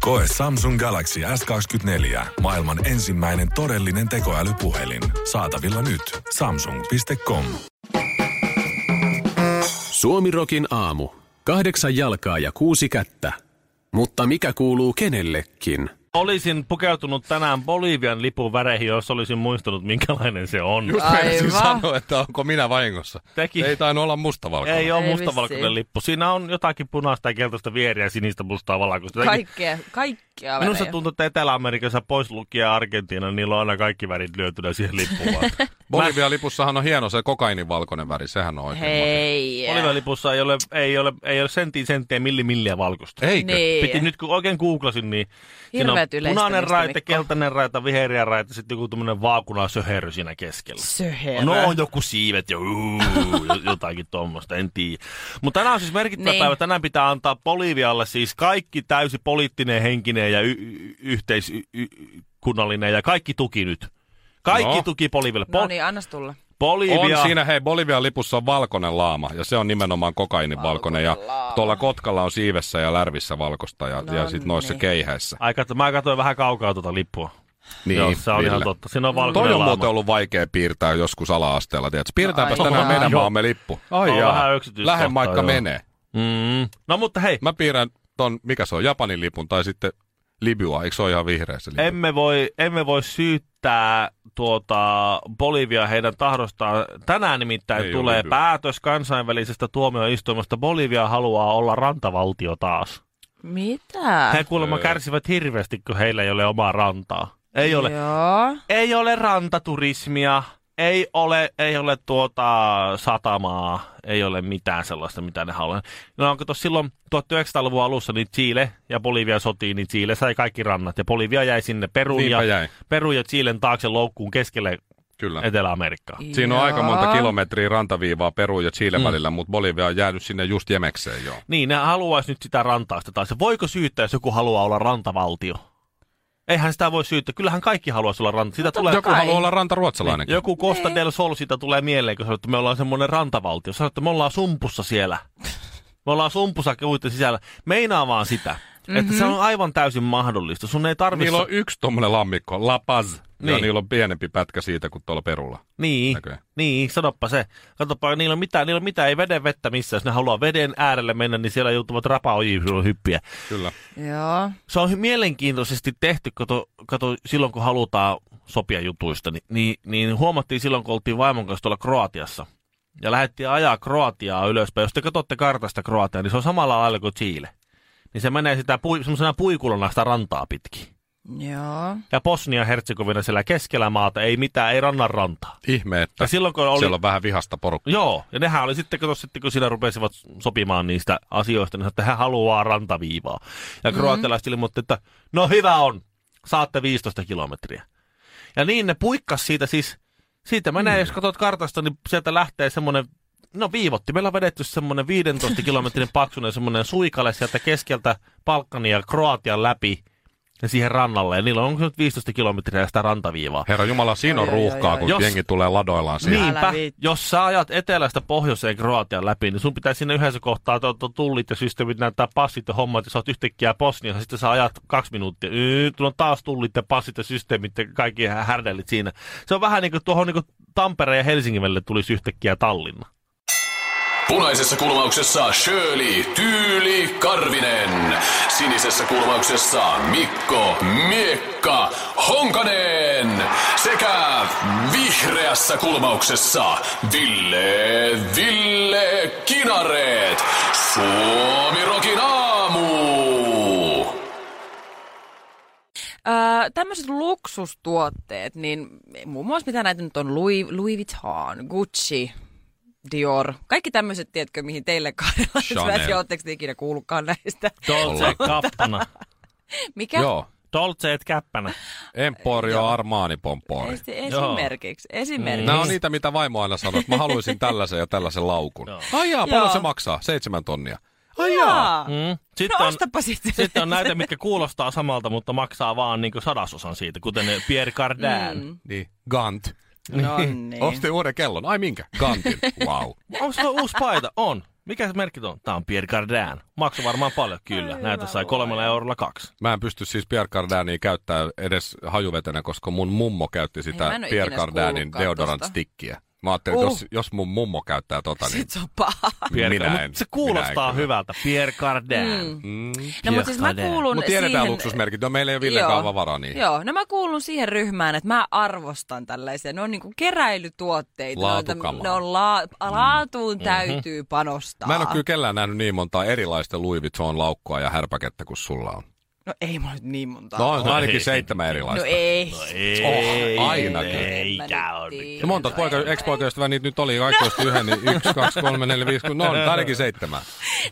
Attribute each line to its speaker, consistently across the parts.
Speaker 1: Koe Samsung Galaxy S24. Maailman ensimmäinen todellinen tekoälypuhelin. Saatavilla nyt. Samsung.com.
Speaker 2: Suomirokin aamu. Kahdeksan jalkaa ja kuusi kättä. Mutta mikä kuuluu kenellekin?
Speaker 3: Olisin pukeutunut tänään Bolivian lipun väreihin, jos olisin muistanut, minkälainen se on.
Speaker 4: Just
Speaker 5: Aivan.
Speaker 4: meinasin sanoa, että onko minä vahingossa.
Speaker 3: Teki.
Speaker 4: Ei tainnut olla mustavalkoinen.
Speaker 3: Ei ole
Speaker 5: Ei
Speaker 3: mustavalkoinen
Speaker 5: vissiin.
Speaker 3: lippu. Siinä on jotakin punaista ja keltaista vieriä, sinistä, mustaa, valkoista. Jotenkin-
Speaker 5: Kaikkea, kaikkea
Speaker 3: Minusta
Speaker 5: värejä.
Speaker 3: tuntuu, että Etelä-Amerikassa pois lukija Argentiina, niin niillä on aina kaikki värit lyötynä siihen lippuun. vaan.
Speaker 4: Bolivian lipussahan on hieno se kokainin valkoinen väri, sehän on oikein.
Speaker 5: Hei.
Speaker 3: Bolivian lipussa ei ole, ei ole, ei ole sentin senttiä milli milliä valkoista.
Speaker 4: makea. Eikö?
Speaker 5: Niin.
Speaker 3: Piti nyt kun oikein googlasin, niin siinä on
Speaker 5: Hirveät yleistämistä,
Speaker 3: punainen raita,
Speaker 5: Mikko.
Speaker 3: keltainen raita, vihreä raita, sitten joku tämmöinen vaakunasöherry siinä keskellä.
Speaker 5: Söherö.
Speaker 3: No on joku siivet ja uu, jo- jotakin tuommoista, en tiedä. Mutta tänään on siis merkittävä
Speaker 5: Niin.
Speaker 3: päivä. Tänään pitää antaa Bolivialle siis kaikki täysi poliittinen, henkinen ja y- y- yhteiskunnallinen ja kaikki tuki nyt. Kaikki
Speaker 4: No.
Speaker 3: tuki Bolivialle.
Speaker 5: No
Speaker 3: Pol-
Speaker 5: niin, annas tulla.
Speaker 3: Bolivia.
Speaker 4: On siinä, hei, Bolivian lipussa on valkoinen laama, ja se on nimenomaan kokainin valkoinen, ja
Speaker 5: Valkoinen laama. No
Speaker 4: tuolla Kotkalla on siivessä ja lärvissä valkoista, ja, ja sitten noissa
Speaker 5: Nonni.
Speaker 4: keihäissä.
Speaker 3: Ai, katso, mä katsoin vähän kaukaa tuota lippua.
Speaker 4: Niin,
Speaker 3: Joo, se on
Speaker 4: Ville.
Speaker 3: ihan totta. Siinä on valkoinen
Speaker 4: Toi on
Speaker 3: laama.
Speaker 4: muuten ollut vaikea piirtää joskus ala-asteella, tiedätkö? Piirtääpäs
Speaker 5: No, ai
Speaker 4: tänään
Speaker 5: jaa.
Speaker 4: meidän
Speaker 3: Joo.
Speaker 4: maamme lippu.
Speaker 3: On
Speaker 4: Ai
Speaker 3: vähän
Speaker 4: jaa,
Speaker 3: yksityiskohtaa,
Speaker 4: lähen maikka
Speaker 3: joo.
Speaker 4: menee.
Speaker 3: Mm. No mutta hei,
Speaker 4: Mä piirrän ton, mikä se on, Japanin lipun, tai sitten Libya, eikö se ole ihan vihreä se lippu?
Speaker 3: emme voi, emme voi syyttää tuota Bolivia heidän tahdostaan. Tänään nimittäin
Speaker 4: Ei
Speaker 3: tulee
Speaker 4: ole hyvä.
Speaker 3: päätös kansainvälisestä tuomioistuimesta. Bolivia haluaa olla rantavaltio taas.
Speaker 5: Mitä?
Speaker 4: Äh,
Speaker 3: He kuulemma
Speaker 4: öö.
Speaker 3: kärsivät hirveästi, kun heillä ei ole omaa rantaa.
Speaker 4: Niin.
Speaker 3: Ei ole,
Speaker 5: Joo.
Speaker 3: ei ole rantaturismia, ei ole, ei ole tuota satamaa, ei ole mitään sellaista, mitä ne haluaa. No onko tuossa silloin 1900-luvun alussa, niin Chile ja Bolivia sotiin, niin Chile sai kaikki rannat. Ja Bolivia jäi sinne Perun ja,
Speaker 4: Niinpä jäi,
Speaker 3: Peru ja Chilen taakse loukkuun keskelle
Speaker 4: kyllä.
Speaker 3: Etelä-Amerikkaa.
Speaker 4: Siinä on aika monta
Speaker 5: Joo.
Speaker 4: kilometriä rantaviivaa Peru ja Chile
Speaker 3: Mm.
Speaker 4: välillä, mutta Bolivia on jäänyt sinne just jemekseen joo.
Speaker 3: Niin, ne haluaisi nyt sitä rantaista taas. Voiko syyttää, jos joku haluaa olla rantavaltio? Eihän sitä voi syyttää. Kyllähän kaikki haluaisi olla ranta. Sitä tulee...
Speaker 4: Joku
Speaker 5: kai.
Speaker 4: haluaa olla rantaruotsalainen.
Speaker 3: Niin, joku Costa del Sol siitä tulee mieleen, kun sanoo, että me ollaan semmoinen rantavaltio. Sanoo, että me ollaan sumpussa siellä. Me ollaan sumpussa kuitten sisällä. Meinaa vaan sitä, mm-hmm. että se on aivan täysin mahdollista. Sun ei tarvitse...
Speaker 4: Niillä on yksi tommonen lammikko, La Paz. Niin. Ja
Speaker 3: Niin.
Speaker 4: niillä on pienempi pätkä siitä kuin tuolla Perulla.
Speaker 3: Niin,
Speaker 4: Näköjään.
Speaker 3: niin, sanoppa se. Katsopa, niillä on mitään, niillä on mitään, ei veden vettä missään. Jos ne haluaa veden äärelle mennä, niin siellä joutuvat rapaojiin hyppiä.
Speaker 4: Kyllä.
Speaker 5: Joo.
Speaker 3: Se on hy- mielenkiintoisesti tehty, kato, kato silloin kun halutaan sopia jutuista, niin, niin, niin huomattiin silloin, kun oltiin vaimon kanssa tuolla Kroatiassa. Ja lähdettiin ajaa Kroatiaa ylöspäin. Jos te katsotte kartasta Kroatiaa, niin se on samalla lailla kuin Chile. Niin se menee sitä pui, semmoisena puikulona sitä rantaa pitkin.
Speaker 5: Joo.
Speaker 3: Ja Bosnia-Herzegovina siellä keskellä maata, ei mitään, ei rannan rantaa.
Speaker 4: Ihme, että
Speaker 3: Ja silloin kun oli...
Speaker 4: Äh, siellä on vähän vihasta porukkaa.
Speaker 3: Joo, ja nehän oli sitten, kato, sitten kun siinä rupesivat sopimaan niistä asioista, niin sanoi, että hän haluaa rantaviivaa. Ja kroatialaiset ilmoitti, että no hyvä on, saatte 15 kilometriä. Ja niin ne puikkas siitä siis, siitä menee, jos katsot kartasta, niin sieltä lähtee semmoinen, no viivotti, meillä on vedetty semmoinen 15 kilometrin paksuinen semmoinen suikale sieltä keskeltä Balkania ja Kroatian läpi ja siihen rannalle. Ja niillä on onko se nyt 15 kilometriä sitä rantaviivaa.
Speaker 4: Herra Jumala, siinä on
Speaker 5: Oi, oi, oi,
Speaker 4: ruuhkaa,
Speaker 5: oi.
Speaker 4: kun
Speaker 3: Jos-
Speaker 4: jengi tulee ladoillaan siihen. Niin.
Speaker 3: Niinpä,
Speaker 5: Älä viit-
Speaker 3: jos sä ajat etelästä pohjoiseen Kroatian läpi, niin sun pitää sinne yhdessä kohtaa to, to, tullit ja systeemit näyttää passit ja hommat, ja sä oot yhtäkkiä Bosniassa, sitten sä ajat kaksi minuuttia, Yy, tulla on taas tullit ja passit ja systeemit ja kaikki hä- härdellit siinä. Se on vähän niin kuin tuohon niin kuin Tampereen ja Helsingin välille tulisi yhtäkkiä Tallinna.
Speaker 6: Punaisessa kulmauksessa Shirley Tyyli Karvinen. Sinisessä kulmauksessa Mikko Miekka Honkanen. Sekä vihreässä kulmauksessa Ville Ville Kinareet. Suomi Rokin aamu.
Speaker 5: Öö, tämmöiset luksustuotteet, niin muun muassa mitä näitä nyt on, Louis, Louis Vuitton, Gucci, Dior, kaikki tämmöiset, tiedätkö, mihin teille kahdella
Speaker 4: Chanel.
Speaker 5: oletteko te ikinä kuullutkaan näistä?
Speaker 3: Dolce Gabbana.
Speaker 5: Mikä?
Speaker 4: Joo.
Speaker 3: Dolceet käppänä.
Speaker 4: Emporio Armani Pompori.
Speaker 5: Esi- esimerkiksi. esimerkiksi.
Speaker 3: Mm. No
Speaker 4: Nämä on
Speaker 3: niin.
Speaker 4: niitä, mitä vaimo aina sanoo, että mä haluaisin tällaisen ja tällaisen laukun. Ai jaa, paljon
Speaker 5: Joo.
Speaker 4: se maksaa? Seitsemän tonnia. Ai jaa.
Speaker 5: Jaa.
Speaker 3: Mm.
Speaker 5: No
Speaker 3: Sitten on,
Speaker 5: ostapa sitten.
Speaker 3: sitten on näitä, mitkä kuulostaa samalta, mutta maksaa vaan niin sadasosan siitä, kuten ne Pierre Cardin. Mm.
Speaker 4: Niin, Gant.
Speaker 5: No niin.
Speaker 4: Ostin uuden kellon. Ai minkä? Gantin. Wow.
Speaker 3: Onko sulla uusi paita? On. Mikä se merkki on? Tämä on Pierre Cardin. Maksu varmaan paljon, kyllä. Näitä sai kolmella eurolla kaksi.
Speaker 4: Mä en pysty siis Pierre Cardinia käyttää edes hajuvetenä, koska mun mummo käytti sitä
Speaker 5: Niin, mä en oo
Speaker 4: Pierre
Speaker 5: ikinä edes
Speaker 4: Cardinin
Speaker 5: kuullutkaan
Speaker 4: deodorant
Speaker 5: tosta.
Speaker 4: stickiä. Mä ajattelin, että
Speaker 5: Uh.
Speaker 4: jos, jos mun mummo käyttää tota, niin
Speaker 5: Sit se on paha.
Speaker 3: Pierre
Speaker 4: minä
Speaker 3: Mut
Speaker 4: en.
Speaker 3: Se
Speaker 4: minä
Speaker 3: kuulostaa
Speaker 4: en kyllä.
Speaker 3: hyvältä. Pierre Cardin. Mm.
Speaker 5: No mutta siis mä kuulun
Speaker 4: Mutta tiedetään
Speaker 5: siihen...
Speaker 4: luksusmerkit. No meillä ei ole Villekaan vaan varaa niihin.
Speaker 5: Joo, no mä kuulun siihen ryhmään, että mä arvostan tällaisia. Ne on niinku keräilytuotteita. Ne on täm-
Speaker 4: Laatukamaa.
Speaker 5: Ne on la- laatuun täytyy panostaa.
Speaker 4: Mä en ole kyllä kellään nähnyt niin montaa erilaista Louis Vuitton laukkoa ja härpäkettä kuin sulla on.
Speaker 5: No ei mulla nyt niin monta.
Speaker 4: No on
Speaker 3: No
Speaker 4: ainakin
Speaker 3: ei.
Speaker 4: seitsemän
Speaker 5: no
Speaker 4: erilaista.
Speaker 5: ei.
Speaker 3: Ei, niin
Speaker 4: Oh, ainakin.
Speaker 3: Eikä ole.
Speaker 4: No monta poika, ex-poikaystävä, niitä nyt oli kaikki osti yhden, niin yksi, kaksi, kolme, neljä, viisi, kuusi, no on ainakin seitsemän.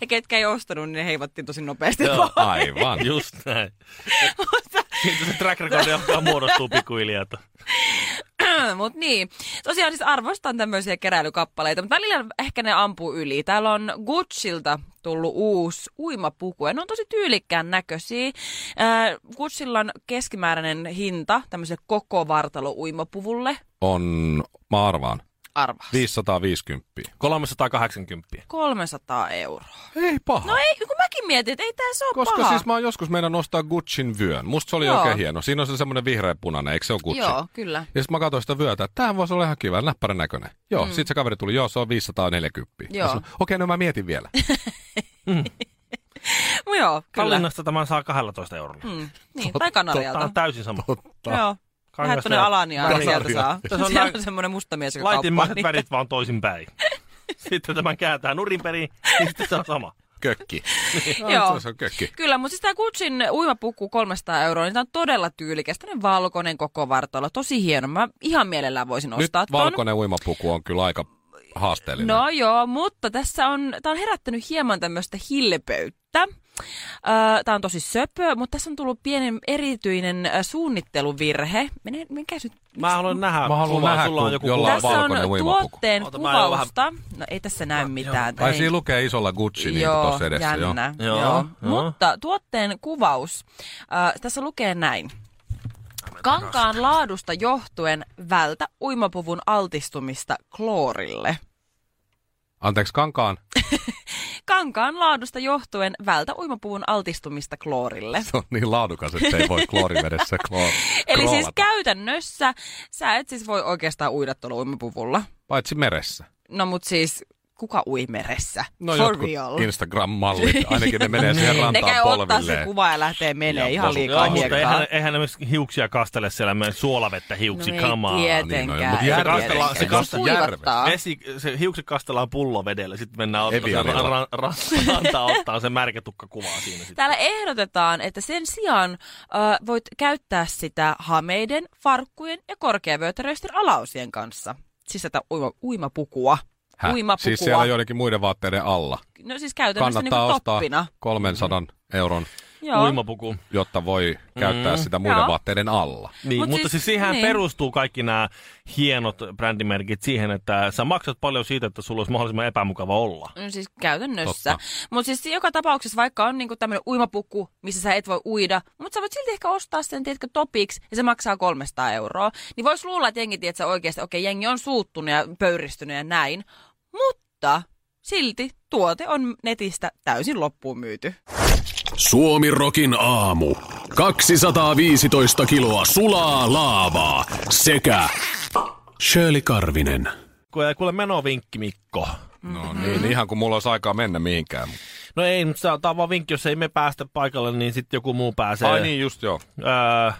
Speaker 5: Ja ketkä ei ostanut, niin ne heivattiin tosi nopeasti.
Speaker 3: Joo.
Speaker 4: Aivan.
Speaker 3: Just näin. Siitä se track record alkaa muodostua pikkuhiljaa. että-
Speaker 5: Mut niin, tosiaan siis arvostan tämmöisiä keräilykappaleita, mutta välillä ehkä ne ampuu yli. Täällä on Gucciilta tullut uusi uimapuku ja ne on tosi tyylikkään näköisiä. Äh, Gucciilla on keskimääräinen hinta tämmöiselle koko vartalo uimapuvulle.
Speaker 4: On, mä arvaan,
Speaker 5: Arvaa.
Speaker 4: 550.
Speaker 3: 380.
Speaker 5: 300 euroa.
Speaker 4: Ei paha.
Speaker 5: No ei, kun mäkin mietin, että ei tää se ole
Speaker 4: Koska
Speaker 5: paha.
Speaker 4: siis mä oon joskus meidän nostaa Gucciin vyön. Musta se oli Joo.
Speaker 5: Joo.
Speaker 4: oikein hieno. Siinä on se semmoinen vihreä punainen, eikö se ole Gucci?
Speaker 5: Joo, kyllä.
Speaker 4: Ja sitten mä katsoin sitä vyötä, että tämähän voisi olla ihan kiva, näppärän näköinen. Joo, mm. sit se kaveri tuli, joo, se on 540. Mä
Speaker 5: Joo.
Speaker 4: sanoin, Okei, okay, no mä mietin vielä.
Speaker 5: No joo, kyllä.
Speaker 3: Kallinnasta tämän saa 12 eurolla. Mm.
Speaker 5: Niin, tai
Speaker 3: Tämä
Speaker 5: kanarialta.
Speaker 3: on täysin sama.
Speaker 5: Joo. Lähet tuonne
Speaker 3: ja-
Speaker 5: Alaniaan, niin sieltä
Speaker 4: Kanaria.
Speaker 5: saa.
Speaker 3: Se on
Speaker 5: Siellä
Speaker 3: näin-
Speaker 5: on semmoinen mustamies, joka
Speaker 3: Laitin
Speaker 5: kauppaa
Speaker 3: mä
Speaker 5: niitä.
Speaker 3: värit vaan toisinpäin. Sitten tämän kääntää nurinperiin, niin sitten se on sama.
Speaker 4: Kökki. Niin,
Speaker 5: Joo.
Speaker 4: Se on kökki.
Speaker 5: Kyllä, mutta siis tämä Gucciin uimapuku 300 euroa, niin tämä on todella tyylikäs. Tällainen valkoinen koko vartalo, tosi hieno. Mä ihan mielellään voisin
Speaker 4: Nyt
Speaker 5: ostaa ton.
Speaker 4: valkoinen uimapuku on kyllä aika haasteellinen.
Speaker 5: No joo, mutta tässä on, tämä on herättänyt hieman tämmöistä hilpeyttä. Tämä on tosi söpö, mutta tässä on tullut pienen erityinen ö, suunnitteluvirhe. Mene, mikä nyt?
Speaker 3: Mä haluan nähdä.
Speaker 4: Mä haluan
Speaker 3: kuvaa,
Speaker 4: nähdä,
Speaker 3: sulla
Speaker 4: kun
Speaker 3: on joku
Speaker 4: jollain
Speaker 3: kuva.
Speaker 4: Tässä
Speaker 5: Tässä on
Speaker 4: valkoinen uimapuku.
Speaker 5: tuotteen
Speaker 3: Oota, mä en oo vähän-
Speaker 5: kuvausta. No ei tässä näy mitään.
Speaker 4: Ai
Speaker 5: Ei.
Speaker 4: siinä lukee isolla Gucci niin kuin tuossa edessä.
Speaker 5: jännä.
Speaker 3: joo.
Speaker 5: Joo.
Speaker 3: Joo,
Speaker 5: Joo.
Speaker 3: joo.
Speaker 5: Mutta tuotteen kuvaus, äh, tässä lukee näin. Kankaan laadusta johtuen vältä uimapuvun altistumista kloorille.
Speaker 4: Anteeksi, kankaan.
Speaker 5: Kankaan laadusta johtuen vältä uimapuvun altistumista kloorille.
Speaker 4: Se on niin laadukas, että ei voi kloorivedessä kloor.
Speaker 5: Äh. Eli siis
Speaker 4: kloolata.
Speaker 5: käytännössä sä et siis voi oikeastaan uida tuolla uimapuvulla.
Speaker 4: Paitsi meressä.
Speaker 5: No mut siis kuka ui meressä?
Speaker 4: No
Speaker 5: For
Speaker 4: jotkut
Speaker 5: real.
Speaker 4: Instagram-mallit, ainakin ne menee siihen
Speaker 5: ne
Speaker 4: rantaan
Speaker 5: käy ottaa se
Speaker 4: polvilleen.
Speaker 5: kuva ja lähtee menee ihan liikaa
Speaker 3: Joo, mutta
Speaker 5: hiekkaan.
Speaker 3: eihän, eihän ne myöskään hiuksia kastele siellä meidän suolavettä hiuksi
Speaker 5: No ei
Speaker 3: kamaa.
Speaker 5: tietenkään.
Speaker 4: Niin, no, mutta
Speaker 5: ei
Speaker 4: järvellä-
Speaker 5: tietenkään.
Speaker 3: se
Speaker 4: kasta-
Speaker 5: kuivattaa.
Speaker 3: Vesi, se hiukset kastellaan pullovedellä, sitten mennään ottaa, se
Speaker 4: Eviarilla.
Speaker 3: ra, ra, rantaa ottaa se märkätukka kuvaa siinä sitten.
Speaker 5: Täällä ehdotetaan, että sen sijaan äh, voit käyttää sitä hameiden, farkkujen ja korkeavyötäröisten alaosien kanssa. Siis tätä uima, uimapukua.
Speaker 4: Häh?
Speaker 5: Uimapukua.
Speaker 4: Siis siellä joidenkin muiden vaatteiden alla.
Speaker 5: No siis käytännössä niin
Speaker 4: Kannattaa
Speaker 5: kuin
Speaker 4: ostaa
Speaker 5: toppina.
Speaker 4: 300 euron,
Speaker 5: Joo.
Speaker 3: Uimapuku.
Speaker 4: jotta voi käyttää sitä muiden
Speaker 5: Joo.
Speaker 4: vaatteiden alla.
Speaker 3: Niin, Mut
Speaker 5: Mut
Speaker 3: mutta siis,
Speaker 5: siis-
Speaker 3: siis siihen niin.
Speaker 5: niin.
Speaker 3: perustuu kaikki nämä hienot brändimerkit siihen, että sä maksat paljon siitä, että sulla olisi mahdollisimman epämukava olla.
Speaker 5: No siis käytännössä.
Speaker 4: Totta.
Speaker 5: Mutta siis joka tapauksessa, vaikka on niinku tämmöinen uimapuku, missä sä et voi uida, mutta sä voit silti ehkä ostaa sen, tiedätkö, topiksi, ja se maksaa 300 euroa. Niin voisi luulla, että jengi, tiedätkö, oikeasti, okei, jengi on suuttunut ja pöyristynyt ja näin, mutta silti tuote on netistä täysin loppuun myyty.
Speaker 6: Suomi Rokin aamu. 215 kiloa sulaa laavaa sekä Shirley Karvinen.
Speaker 3: Kuule, kuule menovinkki, Mikko.
Speaker 4: No
Speaker 5: Mm.
Speaker 4: niin, ihan kun mulla olisi aikaa mennä mihinkään.
Speaker 3: No ei, mutta tämä on vaan vinkki, jos ei me päästä paikalle, niin sitten joku muu pääsee.
Speaker 4: Ai niin, just joo.
Speaker 3: Öö,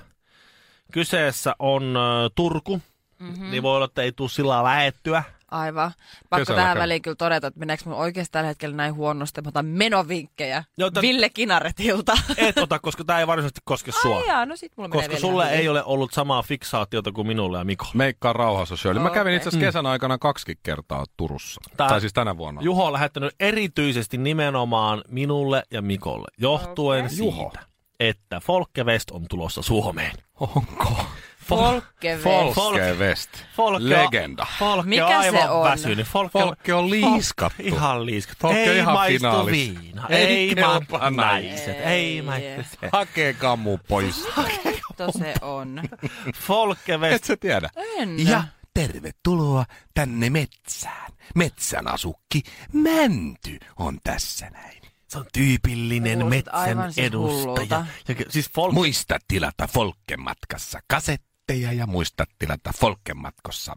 Speaker 3: kyseessä on öö, Turku, mm-hmm. niin voi olla, että ei tule sillä lähettyä.
Speaker 5: Aivan. Pakko
Speaker 4: Kesällä
Speaker 5: tähän
Speaker 4: käy.
Speaker 5: väliin kyllä todeta, että meneekö mun oikeasti tällä hetkellä näin huonosti, että mä otan menovinkkejä
Speaker 3: Joo, tän-
Speaker 5: Ville Kinaretilta.
Speaker 3: Et ota, koska tämä ei varsinaisesti koske sua.
Speaker 5: Ai jaa, no sit mulla menee
Speaker 3: koska
Speaker 5: vielä
Speaker 3: sulle
Speaker 5: ihan
Speaker 3: ei ole ollut samaa fiksaatiota kuin minulla ja Mikolla.
Speaker 4: Meikkaa rauhassa, Shirley. Mä kävin
Speaker 5: Okei.
Speaker 4: itse asiassa kesän aikana kaksi kertaa Turussa.
Speaker 3: Tää-
Speaker 4: Tai siis tänä vuonna.
Speaker 3: Juho on lähettänyt erityisesti nimenomaan minulle ja Mikolle, johtuen
Speaker 4: Okei.
Speaker 3: siitä,
Speaker 4: Juho.
Speaker 3: että Folkevest on tulossa Suomeen.
Speaker 4: Onko?
Speaker 5: Folkkevest.
Speaker 3: Fol-
Speaker 4: Folkevest.
Speaker 3: Folke on-
Speaker 4: Legenda.
Speaker 3: Folke
Speaker 5: Mikä
Speaker 3: on
Speaker 5: se
Speaker 3: aivan
Speaker 5: on?
Speaker 3: väsynyt. Folke,
Speaker 4: Folkki on liiskattu.
Speaker 3: Ihan liiskat.
Speaker 4: Folke on
Speaker 3: ei
Speaker 4: ihan
Speaker 3: maistu
Speaker 4: finaalis.
Speaker 3: viina.
Speaker 4: Ei
Speaker 3: Ei
Speaker 4: kelpaa
Speaker 3: maistu
Speaker 4: naiset.
Speaker 3: naiset. Ei maistu se.
Speaker 4: Hakee kammu pois.
Speaker 5: Totta se on.
Speaker 3: Folkevest.
Speaker 4: Et sä tiedä.
Speaker 5: En.
Speaker 4: Ja tervetuloa tänne metsään. Metsän asukki Mänty on tässä näin.
Speaker 3: Se on tyypillinen
Speaker 5: Kuulostat
Speaker 3: metsän
Speaker 5: aivan siis
Speaker 3: edustaja.
Speaker 5: hullulta.
Speaker 3: Ja, ke- siis Folke
Speaker 4: Muista tilata Folken matkassa kasetteja ja muista tilata Folken matkossa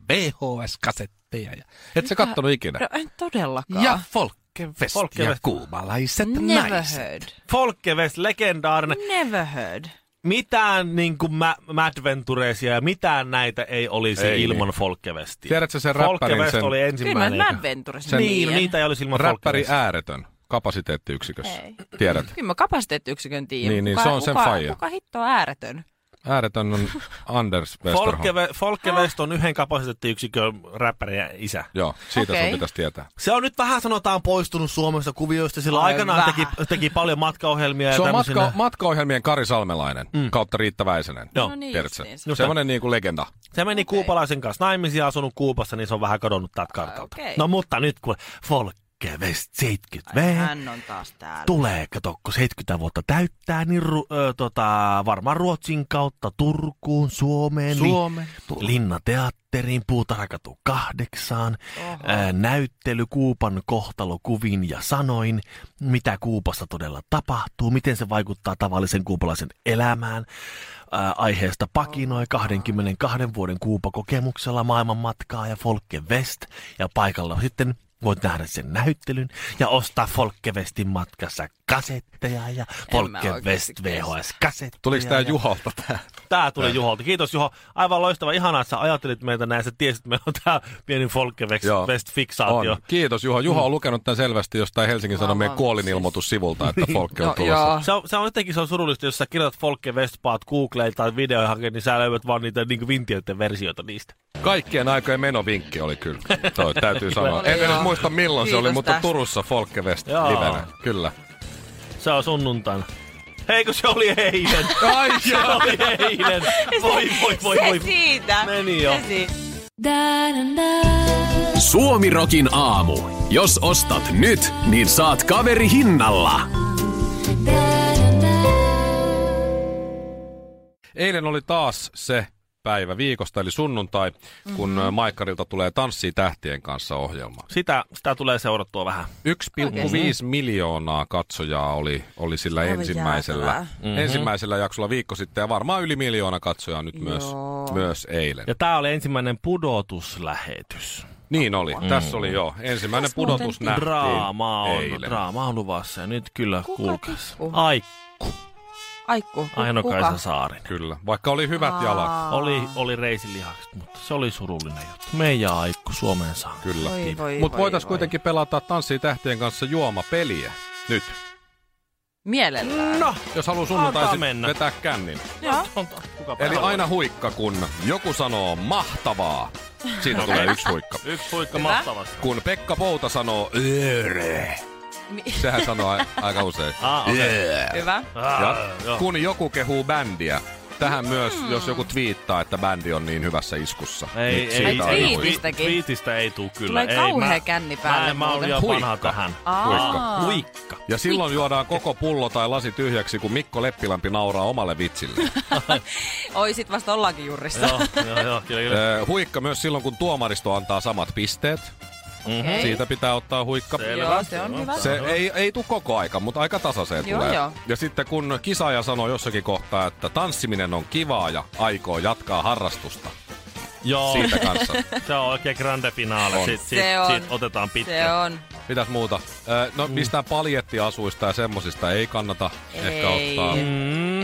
Speaker 4: VHS-kasetteja. Ja... Et sä kattonut ikinä.
Speaker 5: No, en todellakaan.
Speaker 4: Ja Folkenfest
Speaker 3: Folken
Speaker 4: ja
Speaker 3: Fest.
Speaker 4: kuumalaiset
Speaker 5: Never
Speaker 4: naiset.
Speaker 5: heard.
Speaker 3: Folkevest, legendaarinen.
Speaker 5: Never heard.
Speaker 3: Mitään niin kuin Madventureisia ja mitään näitä ei olisi
Speaker 4: Ei niin.
Speaker 3: ilman Folkevestia.
Speaker 4: Tiedätkö sen räppärin
Speaker 3: Folkevest
Speaker 4: sen-
Speaker 3: oli
Speaker 5: Kyllä
Speaker 3: ensimmäinen.
Speaker 5: mä Mad Venturessa
Speaker 3: Niin,
Speaker 5: tiedän.
Speaker 3: niitä ei olisi ilman
Speaker 4: Räppäri
Speaker 3: Folkevestia.
Speaker 4: ääretön kapasiteettiyksikössä.
Speaker 5: Ei.
Speaker 4: Tiedät.
Speaker 5: Kyllä mä kapasiteettiyksikön tiedän.
Speaker 4: Niin, niin,
Speaker 5: kuka,
Speaker 4: se on sen
Speaker 5: kuka,
Speaker 4: faija.
Speaker 5: Kuka hitto on ääretön?
Speaker 4: Ääretön on Anders Westerholm.
Speaker 3: Folkeve, Folkevest on yhden kapasiteettiyksikön räppäri ja isä.
Speaker 4: Joo, siitä okay. sun
Speaker 5: Okei.
Speaker 4: pitäisi tietää.
Speaker 3: Se on nyt vähän sanotaan poistunut Suomesta kuvioista, sillä
Speaker 5: Ai
Speaker 3: aikanaan
Speaker 5: vähän.
Speaker 3: teki, teki paljon matkaohjelmia ja
Speaker 4: Se on
Speaker 3: tämmöisenä.
Speaker 4: matka, matkaohjelmien Kari Salmelainen mm. kautta Riitta Väisenen.
Speaker 3: Joo.
Speaker 5: No niin,
Speaker 4: Tiedätkö?
Speaker 5: justiinsa.
Speaker 3: Just
Speaker 4: Semmoinen niin kuin legenda.
Speaker 3: Se meni
Speaker 5: Okei.
Speaker 3: kuupalaisen kanssa naimisiin ja asunut Kuupassa, niin se on vähän kadonnut tältä kartalta.
Speaker 5: okei.
Speaker 3: No mutta nyt kun Folkevest 70 V
Speaker 5: Ai, Hän on taas täällä.
Speaker 3: tulee, kato, kun 70 vuotta täyttää, niin ru, ö, tota, varmaan Ruotsin kautta Turkuun, Suomeen,
Speaker 4: Suomeen,
Speaker 3: li, Linnateatteriin, Puutarhakatu kahdeksaan, ö, näyttely Kuupan kohtalokuvin ja sanoin, mitä Kuupassa todella tapahtuu, miten se vaikuttaa tavallisen kuupalaisen elämään. Ö, aiheesta pakinoi 22 vuoden Kuupa-kokemuksella maailmanmatkaa ja Folke West ja paikalla sitten voit nähdä sen näyttelyn ja ostaa Folkevestin matkassa kasetteja ja Folkevest
Speaker 5: oikeasti kestä.
Speaker 3: VHS-kasetteja.
Speaker 4: Tuliko tämä
Speaker 3: ja-
Speaker 4: Juhalta tämä?
Speaker 3: Tää tuli
Speaker 4: Äh.
Speaker 3: Juholta. Kiitos Juho. Aivan loistava. Ihanaa, että sä ajattelit meitä näin. Sä tiesit, että meillä on tää pieni
Speaker 4: Joo.
Speaker 3: Folkevest-fiksaatio.
Speaker 4: On. Kiitos Juha. Juha
Speaker 5: Mm.
Speaker 4: on lukenut tämän selvästi jostain Helsingin Sanomien
Speaker 5: Aivan,
Speaker 4: kuolinilmoitussivulta, että Folke on
Speaker 5: siis. No,
Speaker 4: tulossa.
Speaker 5: joo.
Speaker 3: Se on, se on jotenkin se on surullista, jos sä kirjoitat Folke Westpaat Googleen tai videoihankin, niin sä löydät vaan niitä niin vintioiden versioita niistä.
Speaker 4: Kaikkien aikojen menovinkki oli kyllä. Toi, täytyy sanoa.
Speaker 5: Oli
Speaker 4: En edes
Speaker 5: joo.
Speaker 4: muista milloin se oli,
Speaker 5: Kiitos
Speaker 4: mutta
Speaker 5: tästä.
Speaker 4: Turussa Folke West
Speaker 3: Joo.
Speaker 4: livenä. Kyllä.
Speaker 3: Se on sunnuntaina. Hei, kun se oli eilen.
Speaker 4: Ai
Speaker 3: se oli eilen. Voi, voi, voi, voi.
Speaker 5: Se siitä.
Speaker 3: Meni jo.
Speaker 5: Se siitä.
Speaker 6: Suomirokin aamu. Jos ostat nyt, niin saat kaveri hinnalla.
Speaker 4: Eilen oli taas se päivä viikosta, eli sunnuntai, kun mm-hmm. Maikkarilta tulee Tanssii tähtien kanssa ohjelma.
Speaker 3: Sitä, sitä tulee seurattua vähän.
Speaker 4: 1,5 miljoonaa katsojaa oli, oli sillä
Speaker 5: Aivan
Speaker 4: ensimmäisellä,
Speaker 5: jäätävää.
Speaker 3: Mhm.
Speaker 4: mm-hmm. ensimmäisellä jaksolla viikko sitten ja varmaan yli miljoona katsojaa nyt myös,
Speaker 5: Joo.
Speaker 4: myös eilen.
Speaker 3: Ja tää oli ensimmäinen pudotuslähetys.
Speaker 4: Niin oli, mm. tässä oli jo. Ensimmäinen
Speaker 5: Tässä muuten
Speaker 4: pudotus
Speaker 5: pi-
Speaker 4: nähtiin
Speaker 3: Draamaa on,
Speaker 4: eilen.
Speaker 3: draamaa on luvassa ja nyt kyllä
Speaker 5: Kuka
Speaker 3: kuulkaas.
Speaker 5: tippuu?
Speaker 3: Aikku,
Speaker 5: Aikku, ku-
Speaker 3: Aino-Kaisa
Speaker 5: kuka?
Speaker 3: Saarinen.
Speaker 4: Kyllä, vaikka oli hyvät Aa. jalat.
Speaker 3: Oli, oli reisilihakset, mutta se oli surullinen juttu. Meidän Aikku Suomeen saa.
Speaker 4: Kyllä.
Speaker 5: Voi, voi,
Speaker 4: Mutta
Speaker 5: voi,
Speaker 4: voitaisiin
Speaker 5: voi.
Speaker 4: kuitenkin pelata Tanssii tähtien kanssa juomapeliä nyt.
Speaker 5: Mielellään.
Speaker 3: No,
Speaker 4: Jos haluaa
Speaker 3: Antaa
Speaker 4: sunnuntaisin
Speaker 3: mennä.
Speaker 4: vetää kännin.
Speaker 5: Joo.
Speaker 3: kuka
Speaker 4: Eli aina huikka, kun joku sanoo mahtavaa. Siitä tulee yksi huikka.
Speaker 3: Yksi poikka
Speaker 5: Hyvä.
Speaker 3: mahtavasti.
Speaker 4: Kun Pekka Pouta sanoo ööre,
Speaker 5: Mi-
Speaker 4: sehän sanoo a- aika usein.
Speaker 3: Ah, okei.
Speaker 5: Hyvä.
Speaker 4: Ja
Speaker 3: Ah, joo.
Speaker 4: kun joku kehuu bändiä,
Speaker 5: Mm.
Speaker 4: tähän myös, jos joku twiittaa, että bändi on niin hyvässä iskussa.
Speaker 3: Ei,
Speaker 4: niin
Speaker 3: ei,
Speaker 4: siitä
Speaker 3: ei,
Speaker 4: aina huikka.
Speaker 5: Twiitistäkin.
Speaker 3: Twiitistä ei tuu kyllä.
Speaker 5: Tulee
Speaker 3: ei,
Speaker 5: kauhea
Speaker 3: mä-
Speaker 5: känni
Speaker 3: Mä,
Speaker 5: päälle
Speaker 3: en- mä oon
Speaker 5: muuten.
Speaker 3: liian vanha
Speaker 4: Huikka.
Speaker 3: tähän.
Speaker 5: Aa.
Speaker 3: Huikka.
Speaker 4: Ja silloin juodaan koko pullo tai lasi tyhjäksi, kun Mikko Leppilampi nauraa omalle vitsille.
Speaker 5: Oi, sit vasta ollaankin jurissa.
Speaker 3: Joo, joo, joo, kyllä, kyllä.
Speaker 4: Ö, huikka myös silloin, kun tuomaristo antaa samat pisteet.
Speaker 5: Okei.
Speaker 4: Siitä pitää ottaa huikka.
Speaker 5: Joo, se on hyvä.
Speaker 4: Se ei, ei tule koko aika, mutta aika tasaiseen
Speaker 5: Joo,
Speaker 4: tulee.
Speaker 5: joo.
Speaker 4: Ja sitten kun kisaaja sanoo jossakin kohtaa, että tanssiminen on kivaa ja aikoo jatkaa harrastusta
Speaker 3: Joo,
Speaker 4: siitä kanssa.
Speaker 3: se on oikein grande finaali.
Speaker 4: On.
Speaker 3: Siit,
Speaker 5: Se
Speaker 3: siit,
Speaker 5: on.
Speaker 3: siit otetaan
Speaker 5: Se
Speaker 3: pitkä.
Speaker 5: on.
Speaker 4: Mitäs muuta? Ö, no
Speaker 3: Mm.
Speaker 4: mistään paljettiasuista ja semmosista ei kannata ehkä
Speaker 5: Ei.
Speaker 4: ottaa.
Speaker 3: Mm,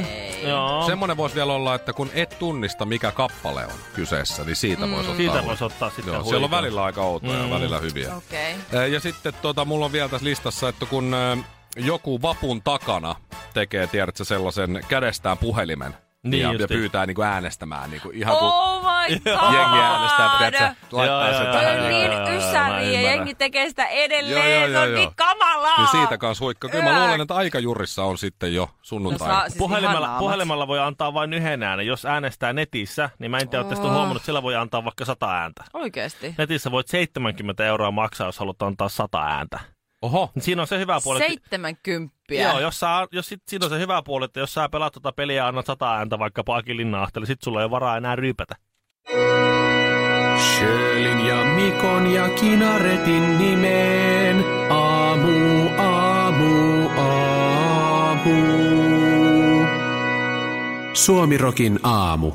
Speaker 3: joo.
Speaker 4: Semmoinen voisi vielä olla, että kun et tunnista, mikä kappale on kyseessä, niin siitä mm. voisi ottaa.
Speaker 3: Siitä
Speaker 4: huikan.
Speaker 3: voisi ottaa sitten Mm.
Speaker 4: Joo, siellä on
Speaker 3: huikan.
Speaker 4: välillä aika outoja ja välillä hyviä.
Speaker 5: Okei. Okay.
Speaker 4: Ö, Ja sitten tota, mulla on vielä tässä listassa, että äh, kun ö, joku vapun takana tekee, tiedätkö, sellaisen kädestään puhelimen,
Speaker 3: Niin
Speaker 4: ja,
Speaker 3: justiin.
Speaker 4: ja pyytää niinku äänestämään niinku ihan kuin
Speaker 5: Oh my god!
Speaker 4: jengi äänestää, tiedätkö,
Speaker 3: Joo,
Speaker 4: laittaa
Speaker 3: joo,
Speaker 4: sen
Speaker 3: joo,
Speaker 5: Toi
Speaker 4: tähän.
Speaker 5: on
Speaker 4: ja-
Speaker 5: niin
Speaker 3: joo, joo, mä
Speaker 5: ysäri ja
Speaker 3: ymmärrän.
Speaker 5: jengi tekee sitä
Speaker 4: Joo,
Speaker 5: edelleen.
Speaker 4: joo,
Speaker 5: Se on
Speaker 4: joo,
Speaker 5: niin
Speaker 4: joo.
Speaker 5: kamalaa.
Speaker 4: Niin siitä kanssa huikka. Kyllä mä
Speaker 5: Yäk.
Speaker 4: luulen, että aikajurissa on sitten jo sunnuntai.
Speaker 5: saa- siis ihan
Speaker 3: Puhelimella,
Speaker 5: naamat.
Speaker 3: puhelimella voi antaa vain yhden äänen. Jos äänestää netissä, niin mä en tiedä, oletteko
Speaker 5: Oh.
Speaker 3: huomannut, sillä voi antaa vaikka 100 ääntä.
Speaker 5: Oikeesti.
Speaker 3: Netissä voit 70 euroa maksaa, jos haluat antaa 100 ääntä.
Speaker 4: Oho.
Speaker 3: Niin Siinä on se hyvä puoli, että-
Speaker 5: 70.
Speaker 3: Joo, jos, sä, jos sit, siinä on se hyvä puoli, että jos sä pelaat tota peliä ja annat 100 ääntä vaikkapa Aki Linnaahtelle, sit sulla ei ole varaa enää ryypätä.
Speaker 6: Sjölin ja Mikon ja Kinaretin nimeen. Aamu, aamu, aamu. Suomirokin aamu.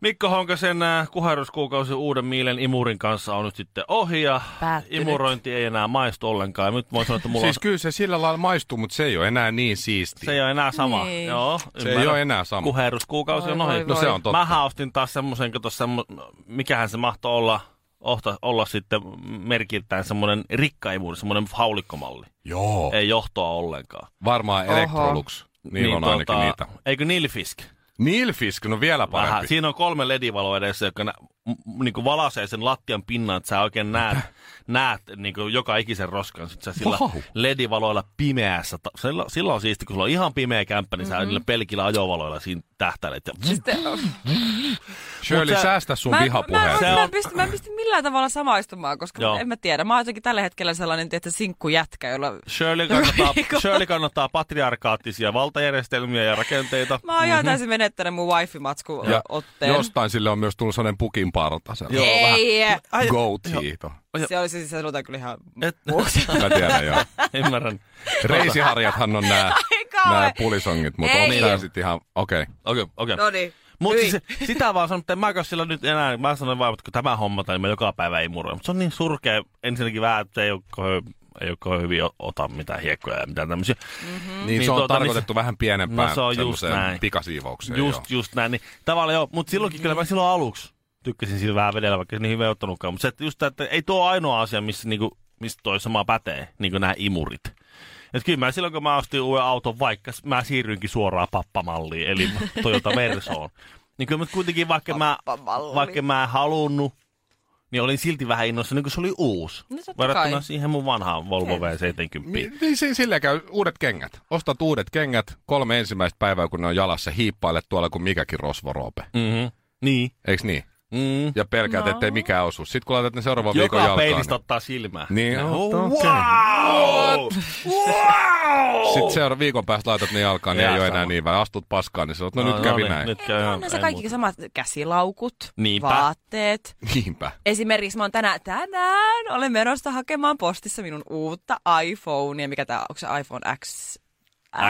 Speaker 3: Mikko Honkasen äh, kuherruskuukausi uuden mielen imurin kanssa on nyt sitten ohi ja
Speaker 5: Päättynyt.
Speaker 3: imurointi ei enää maistu ollenkaan. Ja Nyt voin sanoa, että mulla
Speaker 4: Siis
Speaker 3: siis on,
Speaker 4: kyllä se sillä lailla maistuu, mutta se ei ole enää niin siistiä.
Speaker 3: se ei ole enää sama.
Speaker 5: Niin.
Speaker 3: Joo,
Speaker 4: se ei
Speaker 3: ymmärrän.
Speaker 4: ole enää sama.
Speaker 3: Kuherruskuukausi
Speaker 5: Voi,
Speaker 3: on ohi.
Speaker 5: voi, voi.
Speaker 4: No se on totta.
Speaker 3: Mä haustin taas semmoisen, kato semmo- mikähän se mahtoi olla, ohta, olla sitten merkiltään semmoinen rikkaimuri, semmoinen haulikkomalli.
Speaker 4: Joo.
Speaker 3: Ei johtoa ollenkaan. Niin,
Speaker 4: Varmaan Electrolux. Niillä on ainakin niitä.
Speaker 3: Eikö Nilfisk?
Speaker 4: Nilfisk, no vielä parempi.
Speaker 3: tota- Vähän. Siinä on kolme ledivaloa edessä, jotka nä, m- niinku valaisee sen lattian pinnan, että sä oikein näet, näet niinku joka ikisen roskan. Sit sä sillä
Speaker 4: Vau.
Speaker 3: ledivaloilla pimeässä. ta- sillä- Silloin on siisti, kun sulla on ihan pimeä kämppä, niin mm-hmm. sä niillä pelkillä ajovaloilla siinä tähtäilet. Ja
Speaker 4: Shirley,
Speaker 3: Mut sä-
Speaker 4: säästä sun
Speaker 5: Mä, mä,
Speaker 4: vihapuheen.
Speaker 3: Se
Speaker 5: mä, mä,
Speaker 3: on-
Speaker 5: en pysty, mä en pysty millään tavalla samaistumaan, koska
Speaker 3: Joo.
Speaker 5: Joo. en mä tiedä. Mä oon jotenkin tällä hetkellä sellainen tietysti sinkkujätkä, jolla...
Speaker 3: Shirley kannattaa,
Speaker 5: Miko.
Speaker 3: Shirley kannattaa patriarkaattisia valtajärjestelmiä ja rakenteita.
Speaker 5: Mä oon ihan täysin menettänyt mun wifi-matsku
Speaker 4: Mhm. Ja
Speaker 5: otteen.
Speaker 4: jostain sille on myös tullut sellainen pukin parta.
Speaker 3: Joo, vähän.
Speaker 5: Ei,
Speaker 3: Ai,
Speaker 4: Goatiito.
Speaker 5: se oli siis, se sanotaan kyllä ihan
Speaker 3: Et-
Speaker 5: muuksi.
Speaker 4: Mä tiedän joo.
Speaker 3: ymmärrän.
Speaker 4: Reisiharjathan on nää,
Speaker 5: kauhean.
Speaker 4: nää pulisongit, mutta on
Speaker 5: Ei.
Speaker 4: tää sitten ihan, okei. Okay.
Speaker 3: Okei, okay, okei. Okay.
Speaker 5: No niin.
Speaker 3: Mutta
Speaker 5: Hyi.
Speaker 3: siis, sitä vaan sanon, että en mä käy sillä nyt enää. Mä sanon vaan, että kun tämä hommataan, niin mä joka päivä ei murra. Mutta se on niin surkea. Ensinnäkin vähän, että ei ole, kohon- ei ole kohon hyvin o- ota mitään hiekkoja ja mitään tämmöisiä.
Speaker 4: Niin,
Speaker 3: Niin
Speaker 4: se on
Speaker 3: tuota, niin
Speaker 4: tarkoitettu vähän pienempään
Speaker 3: No se on just
Speaker 4: semmoseen
Speaker 3: näin.
Speaker 4: pikasiivoukseen.
Speaker 3: just,
Speaker 4: joo.
Speaker 3: just näin. Niin, tavallaan joo, mutta silloinkin kyllä mä silloin aluksi tykkäsin sillä vähän vedellä, vaikka se niin hyvin ei ottanutkaan. Mutta se, että just tää, että ei tuo ainoa asia, missä, niinku, missä toi sama pätee, niin kuin nämä imurit. Et kyllä mä silloin, kun mä ostin uuden auton, vaikka s- mä siirryinkin suoraan pappamalliin, eli Toyota Versoon, niin kyllä mä kuitenkin, vaikka mä,
Speaker 5: Pappamalli.
Speaker 3: vaikka mä en halunnut, niin olin silti vähän innoissani, kun se oli uusi.
Speaker 5: No totta
Speaker 3: verrattuna
Speaker 5: kai.
Speaker 3: siihen mun vanhaan Volvo V70.
Speaker 4: Mi- Niin si- sillä käy uudet kengät. Ostat uudet kengät kolme ensimmäistä päivää, kun ne on jalassa, hiippaile tuolla kuin mikäkin rosvoroope.
Speaker 3: Mm-hmm. Niin.
Speaker 4: Eiks niin?
Speaker 3: Mm.
Speaker 4: Ja pelkäät, no. ettei mikään osu. Sitten kun laitat ne seuraavan viikon
Speaker 3: Joka
Speaker 4: jalkaan.
Speaker 3: peilistä
Speaker 4: niin-
Speaker 3: ottaa silmää.
Speaker 4: Niin,
Speaker 3: Oh,
Speaker 4: totta.
Speaker 3: wow!
Speaker 4: Sitten seuraavan viikon päästä laitat ne jalkaan,
Speaker 3: Oh.
Speaker 4: niin
Speaker 3: Jaa,
Speaker 4: ei ole enää
Speaker 3: sama.
Speaker 4: niin, vai astut paskaan, niin sanot, no, no nyt kävi
Speaker 3: niin,
Speaker 4: näin.
Speaker 3: Nyt käy
Speaker 5: No,
Speaker 3: ihan
Speaker 5: on ne se
Speaker 3: näin,
Speaker 5: kaikki
Speaker 3: mutta-
Speaker 5: samat käsilaukut,
Speaker 3: Niinpä.
Speaker 5: vaatteet.
Speaker 4: Niinpä.
Speaker 5: Esimerkiksi mä oon tänään, tänään olen menossa hakemaan postissa minun uutta iPhonea, mikä tää on, onko se iPhone X?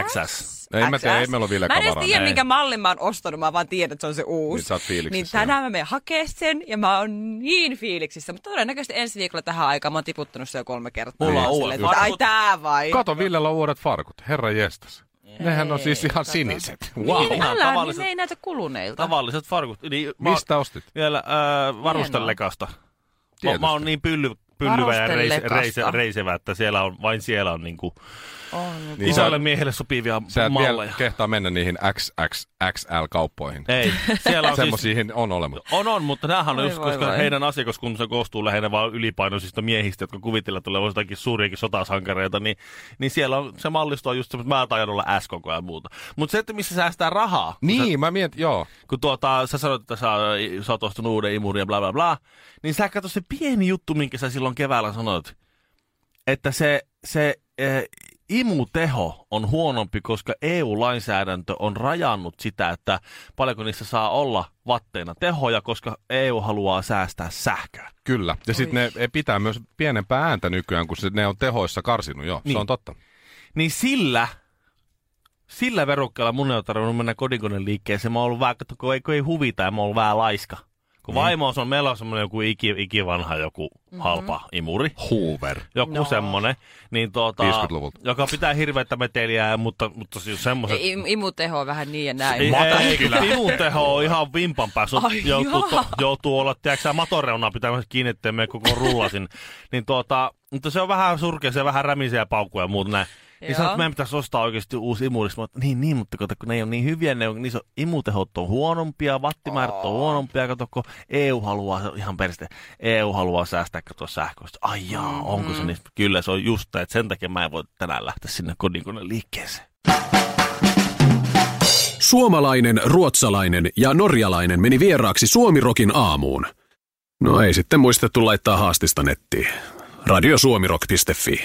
Speaker 3: XS.
Speaker 4: Ei No mä tiedä, ei meillä ole vielä
Speaker 5: Mä en edes
Speaker 4: kamaraa.
Speaker 5: tiedä,
Speaker 3: Ei.
Speaker 5: minkä mallin mä oon ostanut, mä vaan tiedän, että se on se uusi.
Speaker 4: Niin sä oot
Speaker 5: niin
Speaker 4: fiiliksissä,
Speaker 5: tänään mä menen hakemaan sen ja mä oon niin fiiliksissä, mutta todennäköisesti ensi viikolla tähän aikaan mä oon tiputtanut sen jo kolme kertaa.
Speaker 3: Mulla on
Speaker 5: Ja
Speaker 3: uudet
Speaker 5: silleen, että Ai
Speaker 3: farkut.
Speaker 5: tää vai?
Speaker 4: Kato, Villellä on uudet farkut. Herra jestas. Nehän on siis ihan siniset. Wow.
Speaker 5: Niin,
Speaker 3: Ihan
Speaker 5: älä, niin
Speaker 3: tavalliset-
Speaker 5: ne ei näytä kuluneilta.
Speaker 3: Tavalliset farkut. Niin, mä oon
Speaker 4: Mistä ostit?
Speaker 3: vielä äh, varustellekasta. Mä,
Speaker 4: Tietysti.
Speaker 3: mä oon niin pylly, pyllyvä ja reise,
Speaker 5: Varustellekasta.
Speaker 3: reise, reisevä, että siellä on, vain siellä on niinku
Speaker 5: On.
Speaker 4: Niin
Speaker 3: isolle
Speaker 4: sä-
Speaker 3: miehelle sopivia
Speaker 4: Sä et vielä
Speaker 3: malleja.
Speaker 4: kehtaa mennä niihin XXXL-kauppoihin.
Speaker 3: Ei, siellä on siis
Speaker 4: Semmoisiin on olemassa.
Speaker 3: On, on, mutta näähän on
Speaker 5: Oi,
Speaker 3: just,
Speaker 5: voi,
Speaker 3: koska
Speaker 5: voi.
Speaker 3: heidän asiakaskuntansa koostuu lähinnä vain ylipainoisista miehistä, jotka kuvitella tulevan jotakin suuriakin sotasankareita, niin, niin siellä on, se mallisto on just semmoista, mä taidan olla S koko ajan muuta. Mutta se, että missä säästää rahaa, kun sä-
Speaker 4: Niin, mä mietin, joo.
Speaker 3: kun tuota, sä sanoit, että sä, sä oot ostanut uuden imurin ja bla bla bla, niin sä katso se pieni juttu, minkä sä silloin keväällä sanoit, että se, se eh, imuteho on huonompi, koska EU-lainsäädäntö on rajannut sitä, että paljonko niissä saa olla vatteina tehoja, koska EU haluaa säästää sähköä.
Speaker 4: Kyllä. Ja sitten ne ei pitää myös pienempää ääntä nykyään, kun se, ne on tehoissa karsinut, joo.
Speaker 3: Niin.
Speaker 4: Se on totta.
Speaker 3: Niin sillä, sillä verukkeella mun ei ole tarvinnut mennä kodinkoneen liikkeeseen. Mä oon ollut vähän, kato, kun ei, kun ei huvita ja mä oon ollut vähän laiska. Kun niin. vaimo on, meillä on semmoinen joku iki, ikivanha joku mm-hmm. halpa imuri.
Speaker 4: Hoover.
Speaker 3: joku no. semmonen, niin tuota,
Speaker 4: 50-luvulta.
Speaker 3: joka pitää hirveätä meteliä, mutta, mutta siis semmoiset...
Speaker 5: Im- imuteho on vähän niin ja näin.
Speaker 3: Ei,
Speaker 5: Mata-
Speaker 3: ei, kun pimuteho on ihan vimpan päässä.
Speaker 5: Ai
Speaker 3: Joutuu,
Speaker 5: jaa.
Speaker 3: to, joutuu olla, tiedätkö sä, matoreunaa pitämässä kiinni, tota, ettei mene koko rulla sinne. niin tuota, mutta se on vähän surkea, se vähän rämisiä paukkuja ja muuta näin. Niin sanoin, että meidän pitäisi ostaa oikeasti uusi imuri. Mä oon, että niin, niin, mutta kato, kun ne ei ole niin hyviä, ne on, niissä on, imutehot on huonompia, wattimäärät on huonompia. Kato, kun EU haluaa, se on ihan periste, EU haluaa säästää katua sähköstä. Ai jaa, onko se niin? Kyllä se on just näin, että sen takia mä en voi tänään lähteä sinne kodinkoneen liikkeeseen.
Speaker 6: Suomalainen, ruotsalainen ja norjalainen meni vieraaksi Suomirokin aamuun. No ei sitten muistettu laittaa haastista nettiin. Radiosuomirok.fi